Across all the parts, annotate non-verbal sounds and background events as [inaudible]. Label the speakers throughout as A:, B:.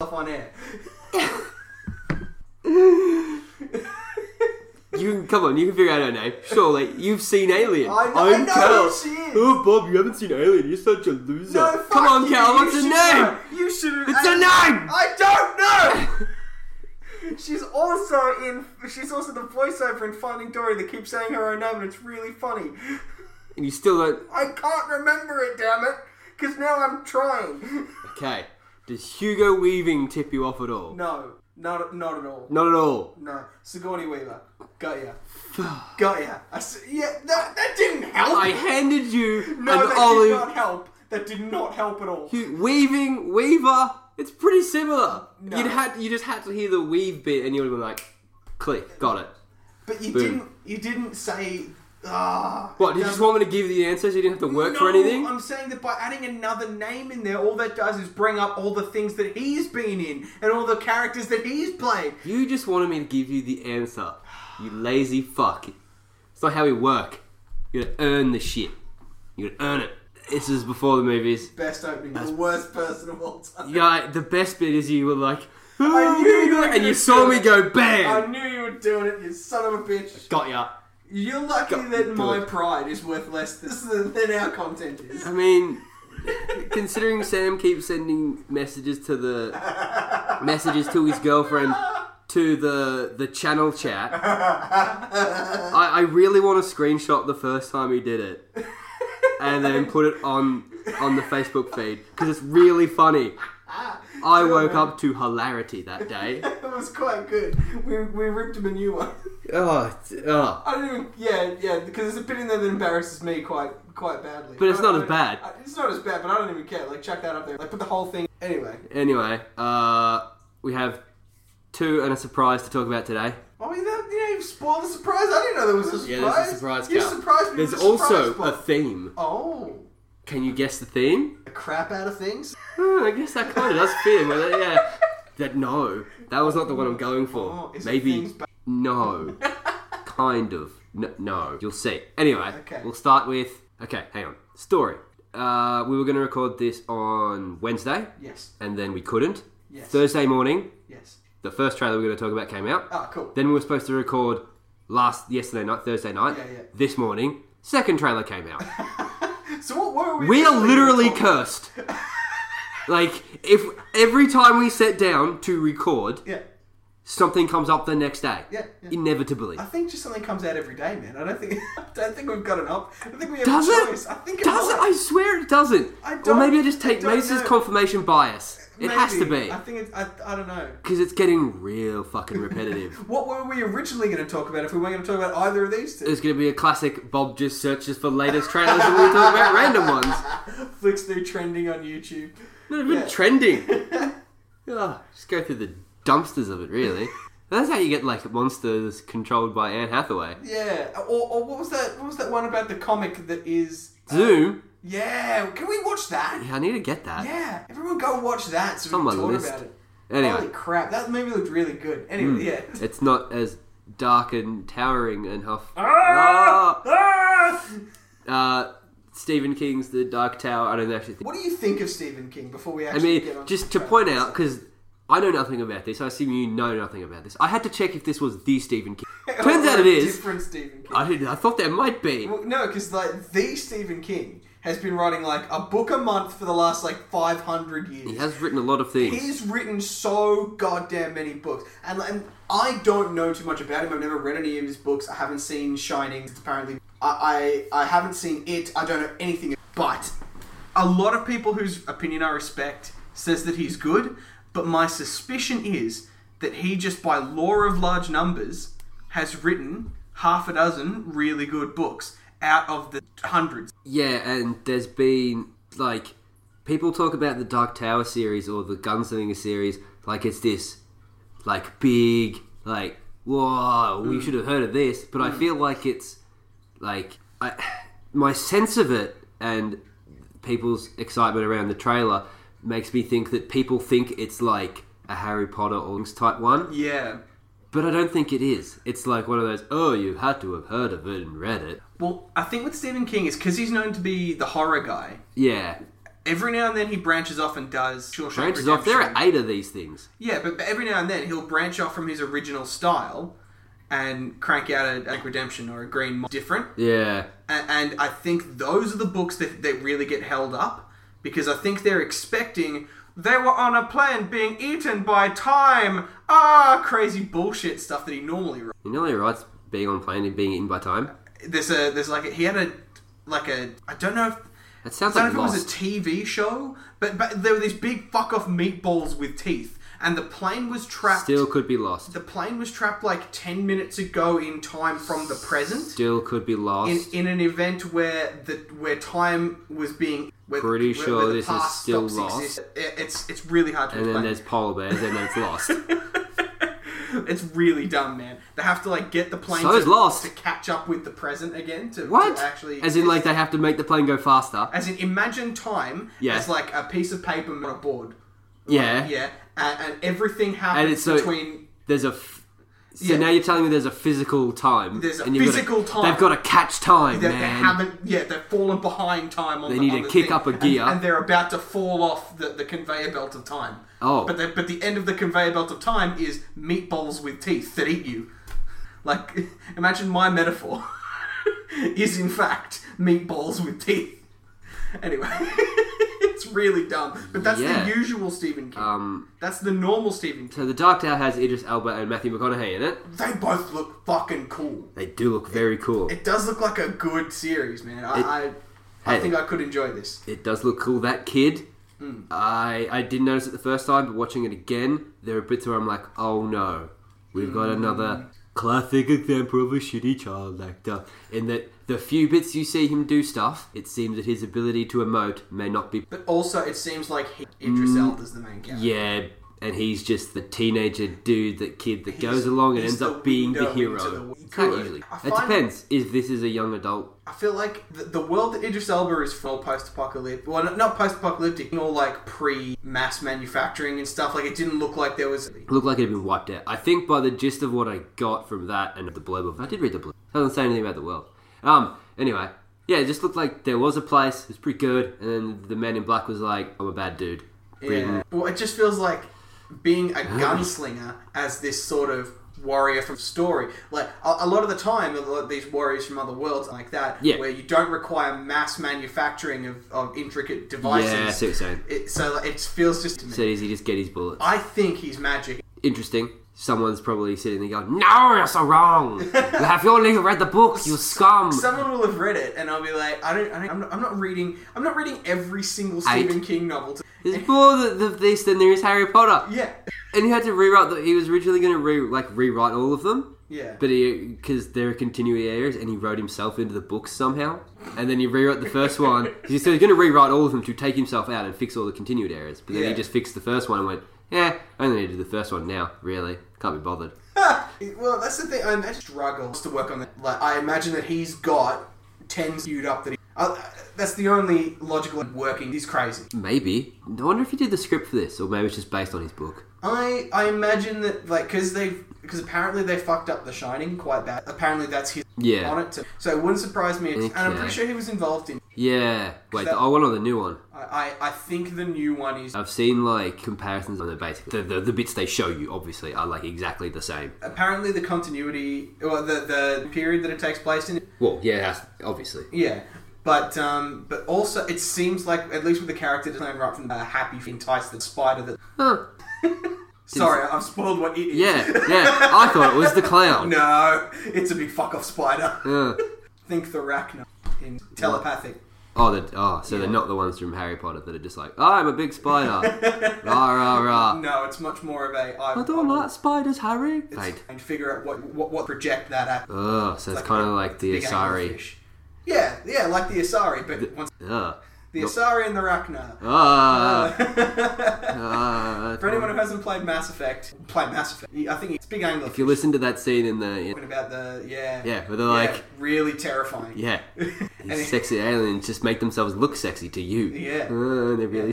A: on air.
B: You can come on, you can figure out her name. Surely you've seen Alien.
A: I know- I
B: am
A: know
B: Cal.
A: who she is.
B: Oh, Bob, you haven't seen Alien. You're such a loser.
A: No, fuck
B: come on,
A: you.
B: Cal.
A: you
B: What's her
A: should
B: name?
A: know. You should.
B: It's a name.
A: I don't [laughs] know. she's also in. She's also the voiceover in Finding Dory. They keep saying her own name, and it's really funny.
B: And you still don't.
A: I can't remember it, damn it. Because now I'm trying.
B: Okay. Does Hugo Weaving tip you off at all?
A: [laughs] No, not not at all.
B: Not at all.
A: No, Sigourney Weaver. Got ya. Got ya. I s- yeah, that, that didn't help.
B: I handed you
A: no,
B: an
A: that
B: olive.
A: did not help. That did not help at all.
B: Hu- Weaving, Weaver. It's pretty similar.
A: No.
B: You'd had you just had to hear the weave bit, and you would have been like, "Click, got it."
A: But you
B: Boom.
A: didn't. You didn't say. Ah.
B: What? Did you just want me to give you the answers? You didn't have to work
A: no,
B: for anything.
A: I'm saying that by adding another name in there, all that does is bring up all the things that he's been in and all the characters that he's played.
B: You just wanted me to give you the answer. You lazy fuck. It's not how we work. You gotta earn the shit. You gotta earn it. This is before the movies.
A: Best opening, the worst person of all time.
B: Yeah, the best bit is you were like,
A: I knew you were
B: [laughs] and
A: gonna
B: you saw
A: do
B: me
A: it. I
B: go bam.
A: knew you were doing it, you son of a bitch.
B: Got ya.
A: You're lucky
B: God,
A: that
B: do
A: my
B: it.
A: pride is worth less [laughs] than, than our content is. [laughs]
B: I mean, considering Sam keeps sending messages to the messages to his girlfriend to the the channel chat, I, I really want to screenshot the first time he did it, and then put it on on the Facebook feed because it's really funny. I woke up to hilarity that day.
A: It was quite good. We, we ripped him a new one. [laughs]
B: Oh, it's- oh.
A: I don't even. Yeah, yeah, because there's a bit in there that embarrasses me quite quite badly.
B: But it's
A: I-
B: not
A: I-
B: as bad.
A: I- It's not as bad, but I don't even care. Like, chuck that up there. Like, put the whole thing. Anyway.
B: Anyway, uh, we have two and a surprise to talk about today.
A: Oh, you know, you know, you've spoiled the surprise. I didn't know there was a surprise.
B: Yeah, there's a surprise
A: You
B: Cal.
A: surprised me.
B: There's
A: with a surprise
B: also
A: plot.
B: a theme.
A: oh,
B: Can you guess the theme?
A: the crap out of things.
B: Hmm, I guess that kind of does fit. Well, that- yeah. That no, that was not the one I'm going for.
A: Oh, is it
B: Maybe
A: things ba- [laughs]
B: no, kind of N- no. You'll see. Anyway,
A: Okay.
B: we'll start with okay. Hang on. Story. Uh, we were going to record this on Wednesday,
A: Yes,
B: and then we couldn't.
A: Yes.
B: Thursday morning,
A: yes.
B: the first trailer we are going to talk about came out.
A: Ah, cool.
B: Then we were supposed to record last yesterday night, Thursday night.
A: Yeah, yeah.
B: This morning, second trailer came out.
A: So what were we?
B: We are
A: really
B: literally
A: talking-
B: cursed. like if every time we sit down to record,
A: Yeah,
B: something comes up the next day.
A: Yeah, yeah.
B: Inevitably.
A: I think just something comes out every day, man. I don't think. [laughs] I don't think we've got an op. I think we have
B: Does
A: a
B: it?
A: choice. I think it
B: Does it?
A: might.
B: I swear it doesn't.
A: I
B: or
A: don't-
B: maybe I just
A: I
B: take
A: don't know.
B: Mace's confirmation bias. It has to
A: Maybe.
B: be
A: I think it's. I, I don't know.
B: because it's getting real fucking
A: [laughs]
B: repetitive.
A: What were we originally going to talk about if we weren't going to talk about either of these two?
B: It's going to be a classic. Bob just searches for latest trailers and we
A: [laughs]
B: talk about random ones.
A: Flicks new trending on YouTube. [laughs]
B: Not even
A: Yeah.
B: trending.
A: [laughs]
B: Ugh, just go through the dumpsters of it, really. That's how you get like monsters controlled by Anne Hathaway.
A: Yeah. Or, or what was that? What was that one about the comic that is? uh,
B: Zoom.
A: Yeah, can we watch that?
B: Yeah, I need to get that.
A: Yeah, everyone go watch that so
B: It's on
A: we
B: my
A: can talk
B: list.
A: about it. Holy
B: Anyway, Hmm.
A: crap, that movie looked really good. Anyway,
B: [laughs]
A: yeah.
B: it's not as dark and towering and huff.
A: Ah! Ah!
B: Uh, Stephen King's The Dark Tower. I don't actually. Think.
A: What do you think of Stephen King before we
B: I
A: actually
B: mean,
A: get on
B: just
A: the
B: to point
A: track? [laughs]
B: out, because I know nothing about this. I assume you know nothing about this. I had to check if this was the
A: [laughs]
B: Stephen King. Turns out it is.
A: different Stephen King.
B: I didn't. I thought there might be.
A: Well, no, because like the Stephen King has been writing like a book a month for the last like five hundred years.
B: He has written a lot of things.
A: He's written so goddamn many books, and, and I don't know too much about him. I've never read any of his books. I haven't seen Shining. It's apparently, I, I I haven't seen it. I don't know anything. But a lot of people whose opinion I respect says that he's good. But my suspicion is that he just, by law of large numbers, has written half a dozen really good books out of the hundreds.
B: Yeah, and there's been like people talk about the Dark Tower series or the Gunslinger series like it's this like big like whoa we should have heard of this, but I feel like it's like I, my sense of it and people's excitement around the trailer makes me think that people think it's like a Harry Potter or Lynx type one,
A: Yeah.
B: but I don't think it is. It's like one of those oh you had to have heard of it and read it.
A: Well, I think with Stephen King is because he's known to be the horror guy.
B: Yeah,
A: Every now and then he branches off and does Shawshank
B: Branches off. There are
A: Redemption.
B: eight of these things.
A: Yeah, but but every now and then he'll branch off from his original style and crank out a, a Redemption or a Green Mile different.
B: Yeah.
A: and, and I think those are the books that, that really get held up because I think they're expecting they were on a plane being eaten by time. Ah, crazy bullshit stuff that he normally writes.
B: You know, he writes being on plane and being eaten by time.
A: There's a there's like a, he had a like a I don't know if
B: That
A: I
B: sounds
A: don't know
B: like
A: if it was
B: lost.
A: a TV show, but but there were these big fuck off meatballs with teeth, and the plane was trapped.
B: Still could be lost.
A: the plane was trapped like ten minutes ago in time from the present.
B: Still could be
A: in,
B: lost.
A: in an event where the where time was being where,
B: Pretty
A: where,
B: sure
A: where the
B: this is
A: past
B: still
A: stops
B: lost.
A: exist- It, it's it's really hard to
B: and then
A: explain.
B: there's polar bears,
A: [laughs]
B: and then it's lost.
A: it's really dumb, man. They have to like get the plane
B: So
A: to,
B: is Lost.
A: to catch up with the present again to, to
B: What?
A: actually
B: As in, like they have to make the plane go faster.
A: as in imagine time
B: Yeah.
A: as like a piece of paper on a board.
B: Yeah.
A: Yeah, and, and everything happens
B: it's so-
A: between.
B: There's a. F- so
A: Yeah.
B: now you're telling me there's a physical time.
A: There's a
B: and you've gotta-
A: physical time.
B: They've got to catch time,
A: That they
B: man.
A: haven't, yeah, they've fallen behind time on
B: They
A: the
B: need
A: on
B: to
A: the
B: kick
A: thing,
B: up a
A: and-
B: gear.
A: And, they're about to fall off the, the conveyor belt of time.
B: Oh.
A: But the, but the end of the conveyor belt of time is meatballs with teeth that eat you. Like, [laughs] imagine my metaphor [laughs] is in fact meatballs with teeth. Anyway, [laughs] it's really dumb. But that's
B: Yeah.
A: the usual Stephen King.
B: Um,
A: that's the normal Stephen King.
B: so the Dark Tower has Idris Elba and Matthew McConaughey in it.
A: They both look fucking cool.
B: They do look very cool. It,
A: It does look like a good series, man. I,
B: It-
A: I, I
B: Hey.
A: think I could enjoy this.
B: does look cool. That kid.
A: Hmm.
B: I I didn't notice it the first time, but watching it again, there are bits where I'm like, oh no, we've got
A: Hmm.
B: another classic example of a shitty child actor. In that the few bits you see him do stuff, it seems that his ability to emote may not be
A: But also, it seems like he, Idris Elba's the main character.
B: Mm, Yeah, and he's just the teenager dude, that kid that
A: He's-
B: goes along and
A: he's
B: ends
A: the
B: up being
A: window
B: the
A: into
B: hero.
A: the-
B: It's
A: Could.
B: not usually.
A: I
B: It
A: find-
B: depends if this is a young adult.
A: I feel like the, the world that Idris Elba is from post-apocalyptic, well, not- not post-apocalyptic, more like pre-mass manufacturing and stuff. Like it didn't look like there was.
B: It looked like it had been wiped out. I think by the gist of what I got from that and the blurb of I did read the blurb. It doesn't say anything about the world. Um. Anyway, yeah, it just looked like there was a place. It was pretty good, and then the man in black was like, "I'm a bad dude." Bring-
A: Yeah. Well, it just feels like being a gunslinger as this sort of warrior from story. Like a, a lot of the time, a lot of these warriors from other worlds are like that,
B: Yeah.
A: where you don't require mass manufacturing of, of intricate devices.
B: Yeah, I see what you're saying.
A: It, so like, it feels just. To me.
B: So does he just get his bullet?
A: I think he's magic.
B: interesting. Someone's probably sitting there going, "No, you're so wrong. You have you only read the book, you
A: [laughs]
B: scum."
A: Someone will have read it, and I'll be like, I don't, I don't I'm, not, I'm not reading, I'm not reading every single
B: Eight.
A: Stephen King novel. To,
B: There's more th- of this than there is Harry Potter.
A: yeah,
B: And he had to rewrite. The, he was originally going to re, like rewrite all of them,
A: yeah.
B: but he because there are continuity errors, and he wrote himself into the books somehow. And then he rewrote the first one.
A: [laughs]
B: He said he's going to rewrite all of them to take himself out and fix all the continuity errors. But then
A: Yeah.
B: he just fixed the first one and went, "Yeah, I only need to do the first one now. Really, can't be bothered."
A: well, that's the thing. I imagine struggles to work on that. Like, I imagine that he's got ten queued up. That he, uh, that's the only logical working. He's crazy.
B: Maybe. I wonder if he did the script for this, or maybe it's just based on his book.
A: I, I imagine that like because they've because apparently they fucked up The Shining quite bad. Apparently that's his
B: Yeah.
A: on it. Too. So it wouldn't surprise me. And I'm
B: Okay.
A: pretty sure he was involved in.
B: Yeah. Wait,
A: that-
B: the old one or the new one?
A: I, I, I think the new one is
B: I've seen like comparisons on the basic. The, the, the bits they show you obviously are like exactly the same.
A: apparently the continuity or the the period that it takes place in
B: Well, yeah, that's- obviously.
A: yeah but um but also it seems like at least with the character design right from the happy entice the spider that
B: Huh.
A: sorry i've spoiled what it is
B: Yeah, yeah. I thought it was the
A: [laughs]
B: clown.
A: no it's a big fuck off spider [laughs]
B: Uh,
A: think the arachno in telepathic
B: oh, the, oh, so they're not the ones from Harry Potter that are just like, I'm a
A: [laughs]
B: big spider. rah rah rah.
A: no it's much more of a
B: Uh, I don't like spiders, Harry.
A: it's-
B: Faint.
A: and figure out what what, what project that at
B: Ugh. So it's
A: like
B: kind of like the
A: Big
B: Asari.
A: anglerfish. yeah yeah like the asari but once
B: Ugh.
A: the
B: Nope.
A: asari and the arachno
B: Ah.
A: Uh, [laughs]
B: ah.
A: For anyone who hasn't played Mass Effect, play Mass Effect. I think it's big angler.
B: if you listen to that scene in the in-
A: talking about the yeah,
B: yeah, where they're
A: yeah,
B: like,
A: really terrifying. [laughs]
B: yeah,
A: And it-
B: these sexy aliens just make themselves look sexy to you.
A: Yeah.
B: Uh, they're really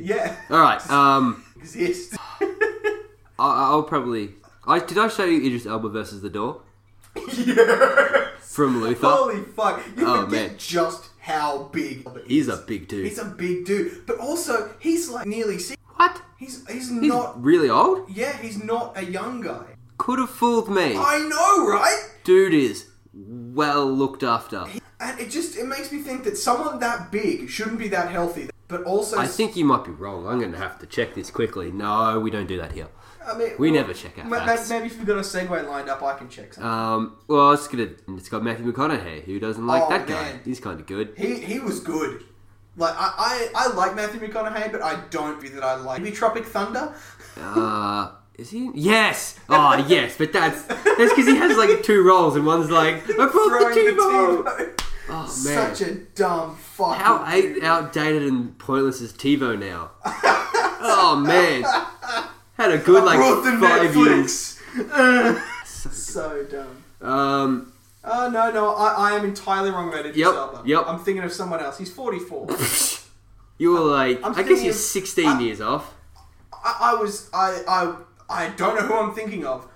A: [laughs] [laughs] yeah,
B: All right. Um,
A: [laughs] exist.
B: I, I'll probably. I did I show you Idris Elba versus the Door
A: yes.
B: from Luther?
A: [laughs] Holy fuck! You
B: Oh,
A: forget
B: man.
A: just how big Albert
B: He's
A: is.
B: a big dude.
A: He's a big dude, but also he's like nearly six.
B: what?
A: He's he's
B: He's
A: not.
B: really old?
A: Yeah, he's not a young guy.
B: Could have fooled me.
A: I know, right?
B: Dude is well looked after.
A: And it just it makes me think that someone that big shouldn't be that healthy. But also,
B: I think you might be wrong. I'm going to have to check this quickly. No, we don't do that here.
A: I mean,
B: We never check out
A: ma- ma-
B: facts.
A: Maybe if we've got a segue lined up, I can check. Something.
B: Um, well, it's gonna. It's got Matthew McConaughey. Who doesn't like
A: Oh,
B: that guy?
A: man.
B: He's kind of good.
A: he he was good. Like I, I, I like Matthew McConaughey, but I don't think that I like maybe Tropic Thunder. [laughs]
B: Uh, is he? Yes. Oh, yes. But that's that's because he has like two roles, and one's like I brought
A: Throwing
B: the TiVo.
A: TiVo.
B: Oh man,
A: Such a dumb fucking.
B: how
A: dude.
B: out- outdated and pointless is TiVo now? oh man, had a good like
A: Brought the
B: five years.
A: Netflix. Ugh. [laughs] so dumb.
B: Um,
A: Oh no, no, I, I am entirely wrong about Idris
B: Yep,
A: Elba.
B: yep.
A: I'm thinking of someone else. He's 44.
B: you were like,
A: I'm
B: i guess
A: thinking
B: you're
A: of-
B: 16
A: I-
B: years off.
A: I, I was I, I I don't know who I'm thinking of,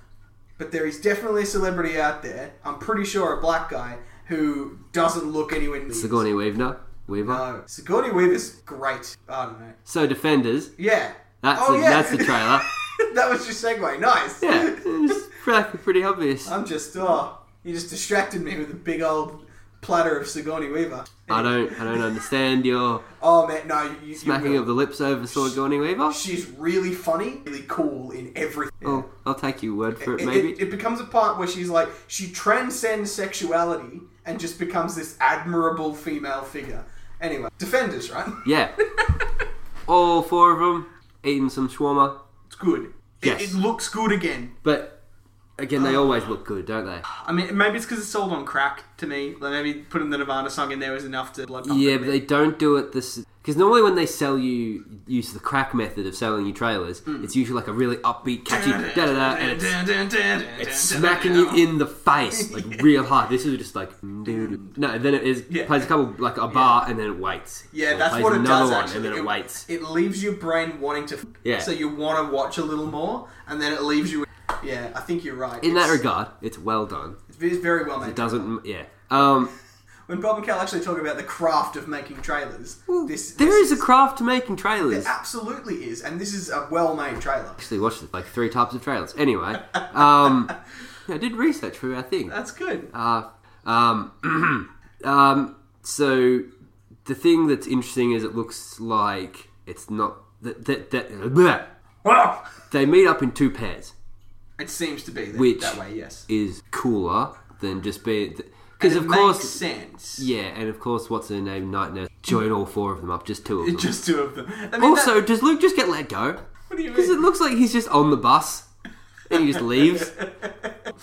A: but there is definitely a celebrity out there. I'm pretty sure a black guy who doesn't look anywhere near.
B: Sigourney Weaver. Weaver.
A: No, Sigourney Weaver's great. I don't know.
B: So defenders.
A: Yeah.
B: That's
A: oh
B: a,
A: yeah.
B: that's the trailer.
A: [laughs] that was your segue. Nice.
B: Yeah, it's pretty, pretty obvious.
A: [laughs] I'm just oh, you just distracted me with a big old platter of Sigourney Weaver.
B: I don't, I don't understand your
A: Oh man, no, you, you
B: smacking
A: will.
B: of the lips over Sigourney Weaver.
A: She's really funny, really cool in everything.
B: Oh, I'll take your word
A: [laughs]
B: for it.
A: It-
B: Maybe
A: It, it becomes a part where she's like she transcends sexuality and just becomes this admirable female figure. Anyway, defenders, right?
B: Yeah. All four of them eating some shawarma.
A: It's good. It-
B: Yes.
A: It, looks good again.
B: But again, they always look good, don't they?
A: I mean, maybe it's because it's sold on crack to me. Like maybe putting the Nirvana song in there was enough to blood pump
B: Yeah,
A: it.
B: but they don't do it this. Because normally when they sell you, use the crack method of selling you trailers,
A: Hmm.
B: it's usually like a really upbeat, catchy da da da, and it's, it's smacking you in the
A: [laughs]
B: face like real hard. This is just like doo-doo. no. and Then it is
A: Yeah.
B: plays a couple like a bar, and then it waits.
A: Yeah,
B: And
A: that's
B: plays
A: what it
B: another
A: does.
B: one,
A: actually,
B: and then it, waits.
A: It leaves your brain wanting to.
B: Yeah.
A: So you want to watch a little more, and then it leaves you. Yeah, I think you're right.
B: In that
A: It's-
B: regard, it's well done.
A: It's very well made.
B: It doesn't. Yeah. Um.
A: When Bob and Cal actually talk about the craft of making trailers, this,
B: There
A: this
B: is a craft to making
A: [laughs]
B: trailers.
A: There absolutely is, and this is a well-made trailer.
B: actually watched like three types of trailers. Anyway,
A: [laughs]
B: um, yeah, I did research for our thing.
A: That's good.
B: Uh, um, [clears throat] um, so the thing that's interesting is it looks like it's not that that, that bleh.
A: Well,
B: they meet up in two pairs
A: it seems to be that,
B: Which-
A: that way. Yes,
B: is cooler than just being because
A: And
B: of
A: it
B: course
A: makes sense.
B: yeah, and of course what's her name Night Nurse join all four of them up, just two of
A: [laughs]
B: them.
A: It's [laughs] just two of them. I mean,
B: also,
A: that-
B: does Luke just get let go?
A: what do you
B: Because it
A: mean?
B: looks like he's just on the bus and he
A: [laughs]
B: just leaves.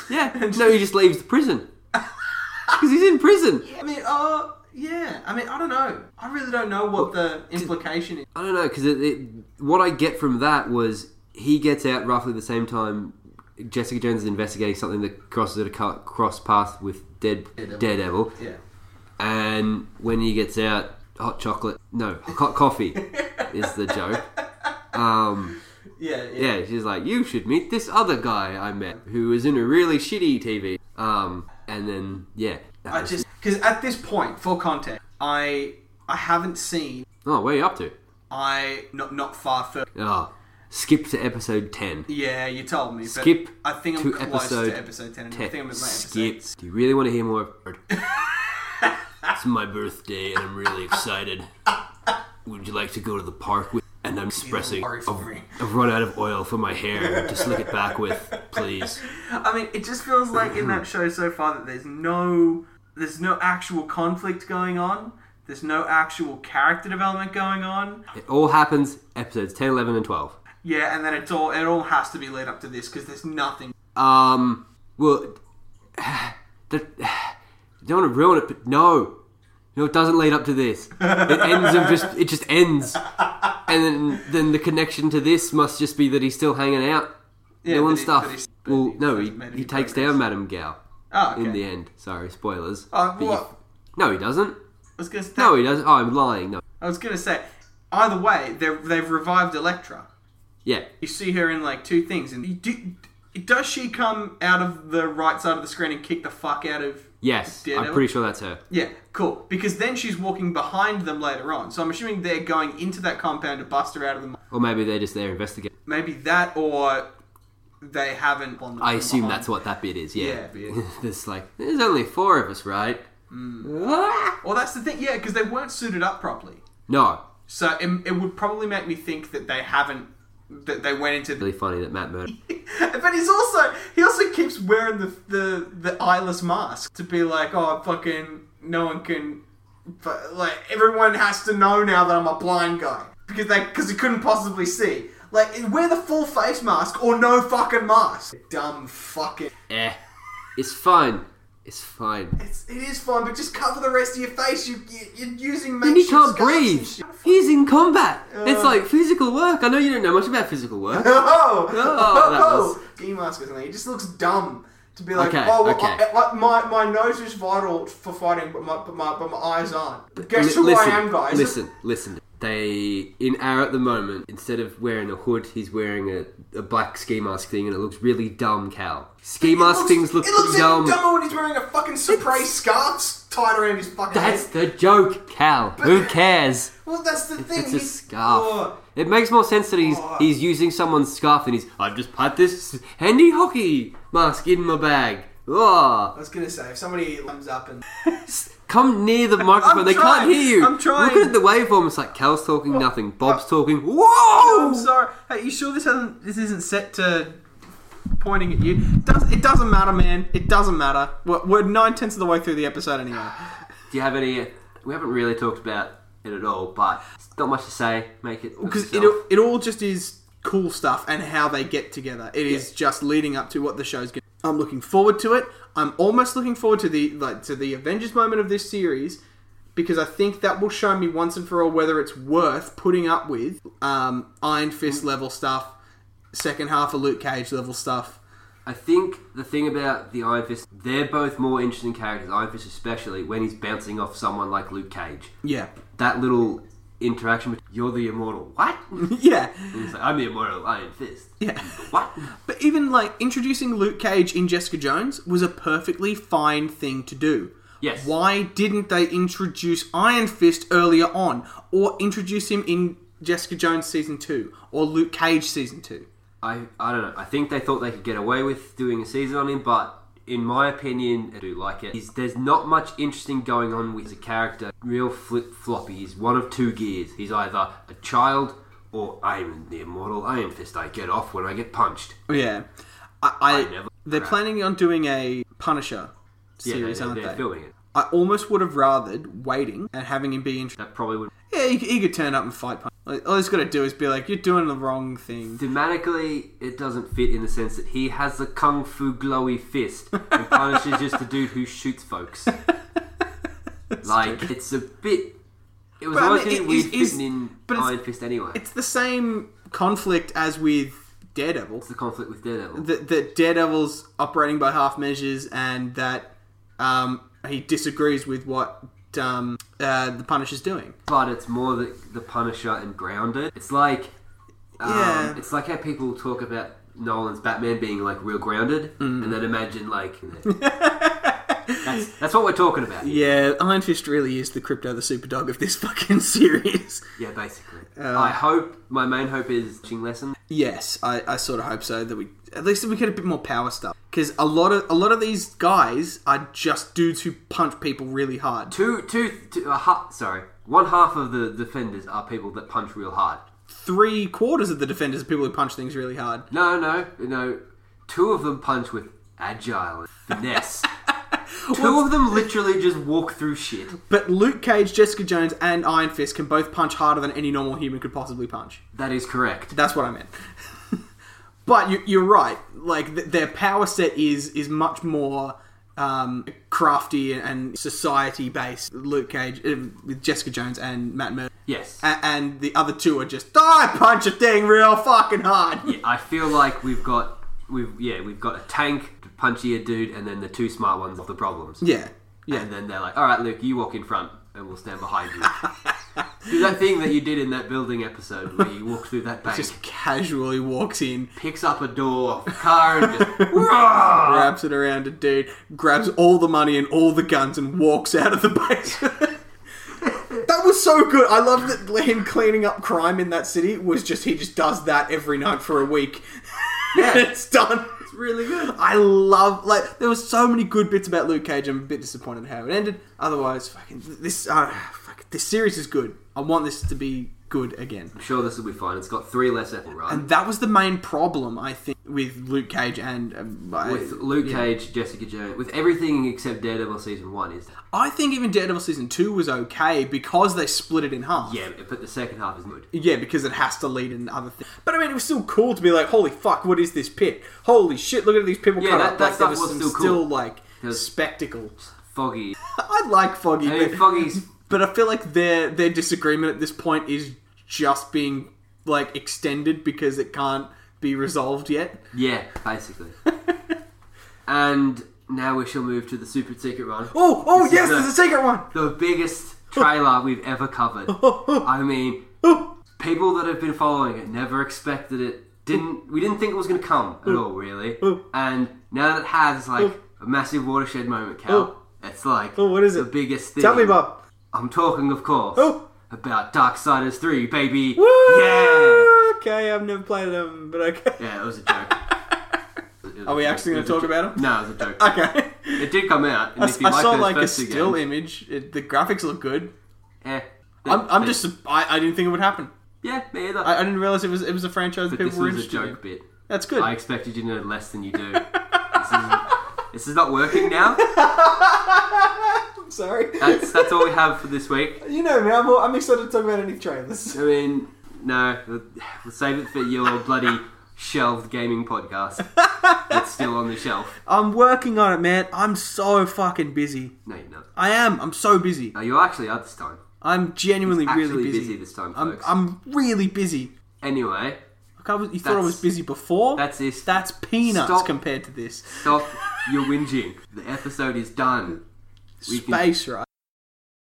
B: Yeah, no, he just leaves the prison because he's in prison.
A: I mean, oh yeah. I mean, I don't know. I really don't know what the implication is.
B: I don't know because it, it, what I get from that was he gets out roughly the same time Jessica Jones is investigating something that crosses a co- cross path with Dead
A: Daredevil.
B: Daredevil,
A: Yeah.
B: and when he gets out, hot chocolate, no,
A: [laughs]
B: hot coffee is the joke. Um,
A: Yeah. Yeah.
B: Yeah, she's like, you should meet this other guy I met who was in a really shitty TV. Um, and then yeah, that
A: I
B: was-
A: just because at this point, for context, I I haven't seen.
B: oh, where are you up to?
A: I not not far further.
B: Oh, skip to episode ten.
A: Yeah, you told me. But
B: Skip
A: I think I'm
B: to
A: close
B: episode
A: to episode ten. I
B: Te-
A: think I'm at my episode.
B: skip. Do you really want to hear more? of Bird? [laughs] it's my birthday and I'm really excited. Would you like to go to the park with? And I'm expressing.
A: sorry for
B: I've,
A: me.
B: I've run out of oil for my hair. Just lick it back with, please.
A: I mean, it just feels like in that show so far that there's no there's no actual conflict going on. There's no actual character development going on.
B: It all happens episodes 10, 11, and 12.
A: Yeah, and then it's all it all has to be led up to this because there's nothing.
B: Um, well, [sighs] the, don't want to ruin it, but no, no, it doesn't lead up to this. It ends of just it just ends, and then then the connection to this must just be that he's still hanging out,
A: Yeah,
B: doing
A: that he- that
B: stuff.
A: he's- that
B: Well,
A: he's
B: no, he,
A: made
B: he
A: any
B: takes
A: progress.
B: down Madame Gao
A: Oh, okay.
B: in the end. Sorry, spoilers.
A: Uh,
B: But you-
A: what?
B: no, he doesn't.
A: I was gonna say,
B: No, he doesn't. Oh, I'm lying. No.
A: I was gonna say, either way, they they've revived Elektra.
B: Yeah,
A: You see her in like two things, and you do, does she come out of the right side of the screen and kick the fuck out of
B: Yes, I'm
A: Daredevil?
B: pretty sure that's her.
A: Yeah, cool. Because then she's walking behind them later on. So I'm assuming they're going into that compound to bust her out of the.
B: Or maybe they're just there investigating.
A: Maybe that or they haven't. On
B: I assume that's what that bit is. Yeah,
A: Yeah, yeah.
B: [laughs] there's like there's only four of us, right?
A: Hmm.
B: Ah!
A: Well, that's the thing. Yeah, because they weren't suited up properly.
B: [laughs] No,
A: So it, it would probably make me think that they haven't. That they went into. The,
B: really funny that Matt Murdock. [laughs]
A: [laughs] but he's also he also keeps wearing the the the eyeless mask to be like, oh fucking no one can, but like everyone has to know now that I'm a blind guy because they because he couldn't possibly see. Like wear the full face mask or no fucking mask. Dumb fucking.
B: eh, it's fine. It's fine.
A: It's, it is fine, but just cover the rest of your face. You, you you're using.
B: And he
A: makeshift
B: can't
A: scarves and
B: breathe.
A: shit.
B: He's in combat. It's like physical work. I know you don't know much about physical work.
A: Oh, [laughs]
B: that was-
A: ski mask or something. It just looks dumb to be like,
B: Okay,
A: oh, well,
B: okay.
A: I, I, my my nose is vital for fighting, but my but my, but my eyes aren't. But guess
B: Li-
A: who I am, guys?
B: Listen, listen. They in our at the moment, instead of wearing a hood, he's wearing a, a black ski mask thing, and it looks really dumb, Cal. Ski
A: It
B: mask things look
A: It looks
B: pretty
A: even
B: dumb.
A: dumber when he's wearing a fucking spray scarf tied around his fucking
B: That's
A: head.
B: the joke, Cal. Who cares?
A: Well, that's the thing.
B: It's a
A: he's-
B: scarf.
A: oh,
B: It makes more sense that he's
A: Oh.
B: he's using someone's scarf and he's I've just put this handy hockey mask in my bag. Oh.
A: I was gonna say if somebody comes up and
B: Come
A: [laughs]
B: near the microphone. they
A: trying.
B: can't hear you.
A: I'm trying. Oh.
B: Looking at the waveform, it's like Cal's talking nothing. Bob's talking.
A: I'm
B: Whoa!
A: sorry. Hey, you sure this hasn't? This isn't set to pointing at you. Does, it doesn't matter, man. It doesn't matter. We're, we're nine tenths of the way through the episode anyway.
B: Do you have any? We haven't really talked about it at all, but it's not much to say. Make it
A: Because
B: because
A: it, it all just is cool stuff and how they get together. It is just leading up to what the show's going. to I'm looking forward to it. I'm almost looking forward to the like to the Avengers moment of this series because I think that will show me once and for all whether it's worth putting up with um, Iron Fist level stuff, second half of Luke Cage level stuff.
B: I think the thing about the Iron Fist, they're both more interesting characters. Iron Fist, especially when he's bouncing off someone like Luke Cage.
A: Yeah,
B: that little interaction with you're the immortal what [laughs] And
A: [laughs] yeah.
B: it's like, i'm the immortal iron fist
A: Yeah.
B: what
A: But even like introducing Luke Cage in Jessica Jones was a perfectly fine thing to do.
B: Yes.
A: Why didn't they introduce Iron Fist earlier on, or introduce him in Jessica Jones season two, or Luke Cage season two?
B: I, I don't know i think they thought they could get away with doing a season on him but in my opinion i do like it is there's not much interesting going on with the character real flip-floppy he's one of two gears he's either a child or i'm the immortal iron fist i get off when i get punched
A: Yeah. I, I,
B: I never-
A: they're planning on doing a Punisher
B: yeah
A: series,
B: they, are
A: aren't they?
B: filming it
A: I almost would have rathered waiting and having him be in.
B: that probably would
A: Yeah, he, he could turn up and fight. Punisher. Like, All he's got to do is be like, "You're doing the wrong thing."
B: Thematically, it doesn't fit in the sense that he has the kung fu glowy fist and Punisher's just a dude who shoots
A: [laughs]
B: folks. like, it's a bit. It was
A: But I
B: always
A: mean,
B: getting
A: it
B: weird
A: is- is-
B: fitting in
A: but it's-
B: Iron Fist anyway. It's
A: It's the same conflict as with Daredevil.
B: the conflict with Daredevil.
A: That, that Daredevil's operating by half measures and that um, he disagrees with what um, uh, the Punisher's doing.
B: but it's more the, the Punisher and Grounded. It's like. Um,
A: Yeah.
B: It's like how people talk about Nolan's Batman being like real grounded
A: Mm-hmm.
B: and then imagine like.
A: [laughs]
B: that's, that's what we're talking about. here.
A: Yeah, Iron Fist really is the crypto the superdog of this [laughs] fucking series.
B: Yeah, basically. I hope. My main hope is teaching lesson.
A: Yes, I, I sort of hope so that we at least we get a bit more power stuff because a lot of a lot of these guys are just dudes who punch people really hard.
B: Two, two, two a ha- sorry. One half of the defenders are people that punch real hard.
A: Three quarters of the defenders are people who punch things really hard.
B: No, no, no. Two of them punch with agile and finesse.
A: [laughs]
B: two of them literally just walk through shit.
A: But Luke Cage, Jessica Jones, and Iron Fist can both punch harder than any normal human could possibly punch.
B: That is correct.
A: That's what I meant. [laughs] but you, you're right. Like th- their power set is is much more um, crafty and society based. Luke Cage uh, with Jessica Jones and Matt Murdock,
B: Yes.
A: A- and the other two are just "Ah, I punch a thing real fucking hard. [laughs]
B: Yeah, I feel like we've got we've yeah we've got a tank to punchy a dude and then the two smart ones of the problems.
A: Yeah, yeah. [laughs]
B: And then they're like, all right, Luke, you walk in front and we'll stand behind you. Do that thing that you did in that building episode where you walk through that bank,
A: Just casually walks in,
B: picks up a door, car, and
A: [laughs]
B: just, Rah!
A: wraps it around a dude, grabs all the money and all the guns, and walks out of the basement. [laughs] that was so good. I love that him cleaning up crime in that city was just he just does that every night for a week. [laughs]
B: Yeah.
A: it's done.
B: it's really good.
A: I love like there was so many good bits about Luke Cage. I'm a bit disappointed how it ended. Otherwise, fucking this uh, fuck, this series is good. I want this to be good again.
B: I'm sure this will be fine. It's got three less Apple, right?
A: And that was the main problem I think with Luke Cage and um, I-
B: with Luke
A: yeah.
B: Cage, Jessica Jones, with everything except Daredevil season one is
A: I think even Daredevil season two was okay because they split it in half.
B: yeah, but the second half is good.
A: Yeah, because it has to lead in other things. But I mean, it was still cool to be like, "Holy fuck, what is this pit? Holy shit, look at these people
B: Yeah,
A: cut
B: that-
A: up!"
B: that
A: Like, there
B: stuff was
A: some
B: still cool.
A: like
B: Because-
A: spectacle. [laughs]
B: Foggy,
A: I like Foggy. [laughs]
B: I mean,
A: but-
B: Foggy's
A: But I feel like their their disagreement at this point is just being like extended because it can't be resolved yet.
B: yeah, basically. and now we shall move to the super secret run.
A: Oh, oh
B: This is
A: yes,
B: the-
A: there's a secret one.
B: the biggest trailer we've
A: [laughs]
B: ever covered. I mean,
A: Oh,
B: people that have been following it never expected it. Didn't we didn't think it was going to come at
A: Mm.
B: all, really. And now that it has, it's like a massive watershed moment, Cal. It's like
A: Oh, Mm. what is
B: the
A: it?
B: biggest thing.
A: Tell me, Bob.
B: I'm talking, of course,
A: Oh.
B: about Darksiders 3, baby.
A: Woo!
B: Yeah.
A: Okay, I've never played them, but okay.
B: Yeah, it was a joke. It was-
A: Are we actually
B: it
A: going
B: was
A: to
B: a
A: talk
B: jo-
A: about them?
B: No, it was a joke.
A: [laughs] Okay.
B: It did come out, and
A: I,
B: if you
A: I
B: like
A: saw
B: those
A: like a
B: first two
A: still
B: games,
A: image. It, the graphics look good.
B: eh,
A: I'm, I'm
B: they-
A: just. I, I didn't think it would happen.
B: yeah, me either.
A: I, I didn't realize it was it was a franchise that
B: But this
A: people were
B: was a
A: interested. in.
B: joke bit.
A: That's good.
B: I expected you to know less than you do. this, is, this is not working now.
A: I'm sorry. [laughs]
B: That's that's all we have for this week.
A: you know me. I'm, I'm excited to talk about any trailers.
B: I mean, no, we'll- we'll save it for your bloody shelved gaming podcast. It's still on the shelf.
A: [laughs] I'm working on it, man. I'm so fucking busy.
B: No, you're not.
A: I am. I'm so busy.
B: No, you actually are this time.
A: I'm genuinely
B: Actually
A: really busy.
B: busy this time,
A: I'm,
B: folks.
A: I'm really busy.
B: Anyway,
A: Like I was, you thought I was
B: That's-
A: busy before?
B: that's this.
A: That's peanuts
B: Stop.
A: compared to this.
B: Stop your whinging. The episode is done. We can-
A: Space, right?